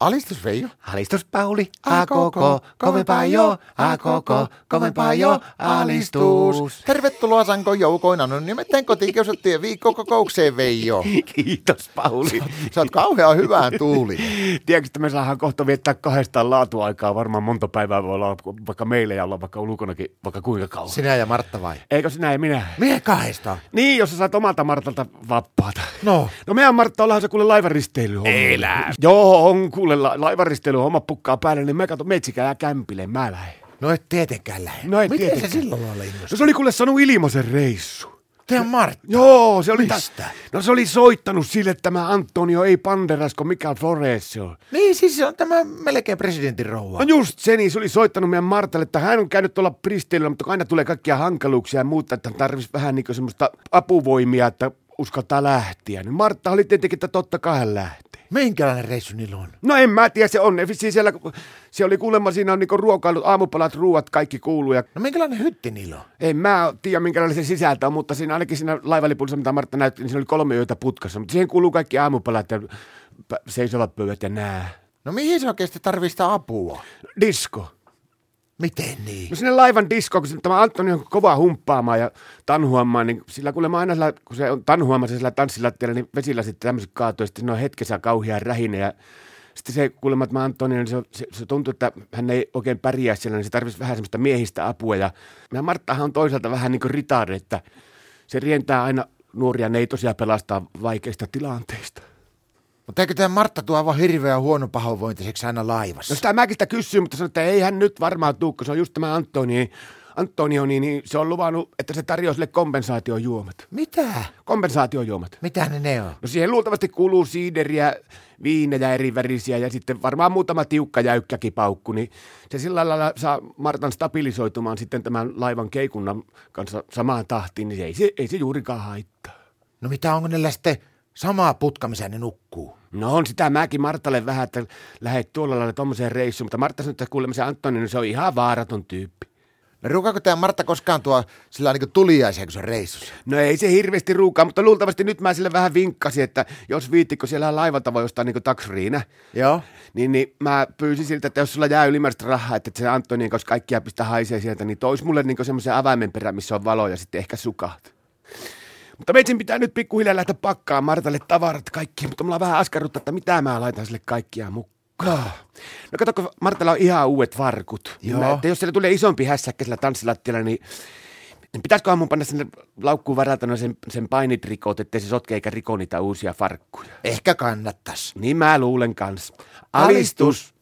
Alistus Veijo. Alistus Pauli, a koko, kovempaa jo, a koko, kovempaa jo, alistus. Tervetuloa Sanko joukoina, no nimittäin kotikiusattien viikkokokoukseen Veijo. Kiitos Pauli. Sä oot kauhean hyvään tuuli. Tiedätkö, että me saadaan kohta viettää kahdestaan laatuaikaa, varmaan monta päivää voi olla vaikka meillä ja olla vaikka ulkonakin, vaikka kuinka kauan. Sinä ja Martta vai? Eikö sinä ja minä? Mie kahdesta. Niin, jos sä saat omalta Martalta vapaata. No. No mehän Martta ollaan se kuule laivaristeilyhomma. Elä. Joo, on kuule la- laivaristeilyhomma pukkaa päälle, niin mä katon metsikää ja kämpille, mä lähden. No et tietenkään lähde. No et Miten tietenkään. se silloin lailla innostui? No se oli kuule sanonut Ilmosen reissu. Te on Martta. Joo, se oli... Mistä? No se oli soittanut sille, että tämä Antonio ei Panderasko, mikä Flores se on. Niin siis se on tämä melkein presidentin rouva. No just se, niin se oli soittanut meidän Martalle, että hän on käynyt tuolla pristeilyllä, mutta aina tulee kaikkia hankaluuksia ja muuta, että hän tarvitsisi vähän niin semmoista apuvoimia, että uskaltaa lähteä. Niin Martta oli tietenkin, että totta kai hän lähtee. Minkälainen reissu niillä on? No en mä tiedä, se on. Ne vissiin siellä, se oli kuulemma, siinä on niinku ruokailut, aamupalat, ruuat, kaikki kuuluu. Ja No minkälainen hytti niillä on? en mä tiedä, minkälainen se sisältö on, mutta siinä ainakin siinä laivalipussa, mitä Martta näytti, niin siinä oli kolme yötä putkassa. Mutta siihen kuuluu kaikki aamupalat ja pä- seisovat pöydät ja nää. No mihin se oikeasti tarvista apua? Disko. Miten niin? No sinne laivan diskoon, kun se- tämä Antoni on kovaa humppaamaan ja tanhuamaan, niin sillä kuulemma aina, sillä, kun se on tanhuamassa sillä tanssilattialla, niin vesillä sitten tämmöiset kaatuu, ja sitten ne on hetkessä kauhia rähinä ja sitten se kuulemma, että Antoni, niin se, se, se, tuntuu, että hän ei oikein pärjää siellä, niin se tarvitsisi vähän semmoista miehistä apua. Ja, ja Marttahan on toisaalta vähän niin kuin ritaari, että se rientää aina nuoria neitosia pelastaa vaikeista tilanteista. Mutta eikö tämä Martta tuo aivan hirveän huono pahoinvointiseksi aina laivassa? No sitä mäkin sitä kysyin, mutta sanoin, että ei hän nyt varmaan tuu, kun se on just tämä Antoni. Antonio, niin, niin se on luvannut, että se tarjoaa sille kompensaatiojuomat. Mitä? Kompensaatiojuomat. Mitä ne ne on? No siihen luultavasti kuuluu siideriä, viinejä eri värisiä ja sitten varmaan muutama tiukka jäykkäkin paukku, niin se sillä lailla saa Martan stabilisoitumaan sitten tämän laivan keikunnan kanssa samaan tahtiin, niin ei se, ei se juurikaan haittaa. No mitä onko niillä sitten samaa putka, missä ne nukkuu? No on sitä mäkin Martalle vähän, että lähet tuolla lailla tommoseen reissuun, mutta Martta sanoi, että kuulemma se Antoni, niin se on ihan vaaraton tyyppi. No ruukaako tämä Martta koskaan tuo sillä niinku tuliaisia, kun se on reissussa? No ei se hirveästi ruukaa, mutta luultavasti nyt mä sille vähän vinkkasin, että jos viittikö siellä laivalta voi ostaa niinku taksriinä, Joo. niin, niin mä pyysin siltä, että jos sulla jää ylimääräistä rahaa, että se Antoni, koska kaikkia pistää haisee sieltä, niin tois mulle niinku semmoisen avaimen perä, missä on valo ja sitten ehkä sukat. Mutta meitsin pitää nyt pikkuhiljaa lähteä pakkaa Martalle tavarat kaikki, mutta mulla on vähän askarrutta, että mitä mä laitan sille kaikkia mukaan. No kato, kun Martalla on ihan uudet varkut. Niin Joo. Mä, että jos siellä tulee isompi hässäkkä sillä tanssilattialla, niin niin pitäisiköhän mun panna sinne laukkuun varata sen, sen painitrikot, ettei se sotke eikä riko niitä uusia farkkuja. Ehkä kannattas. Niin mä luulen kans. Alistus.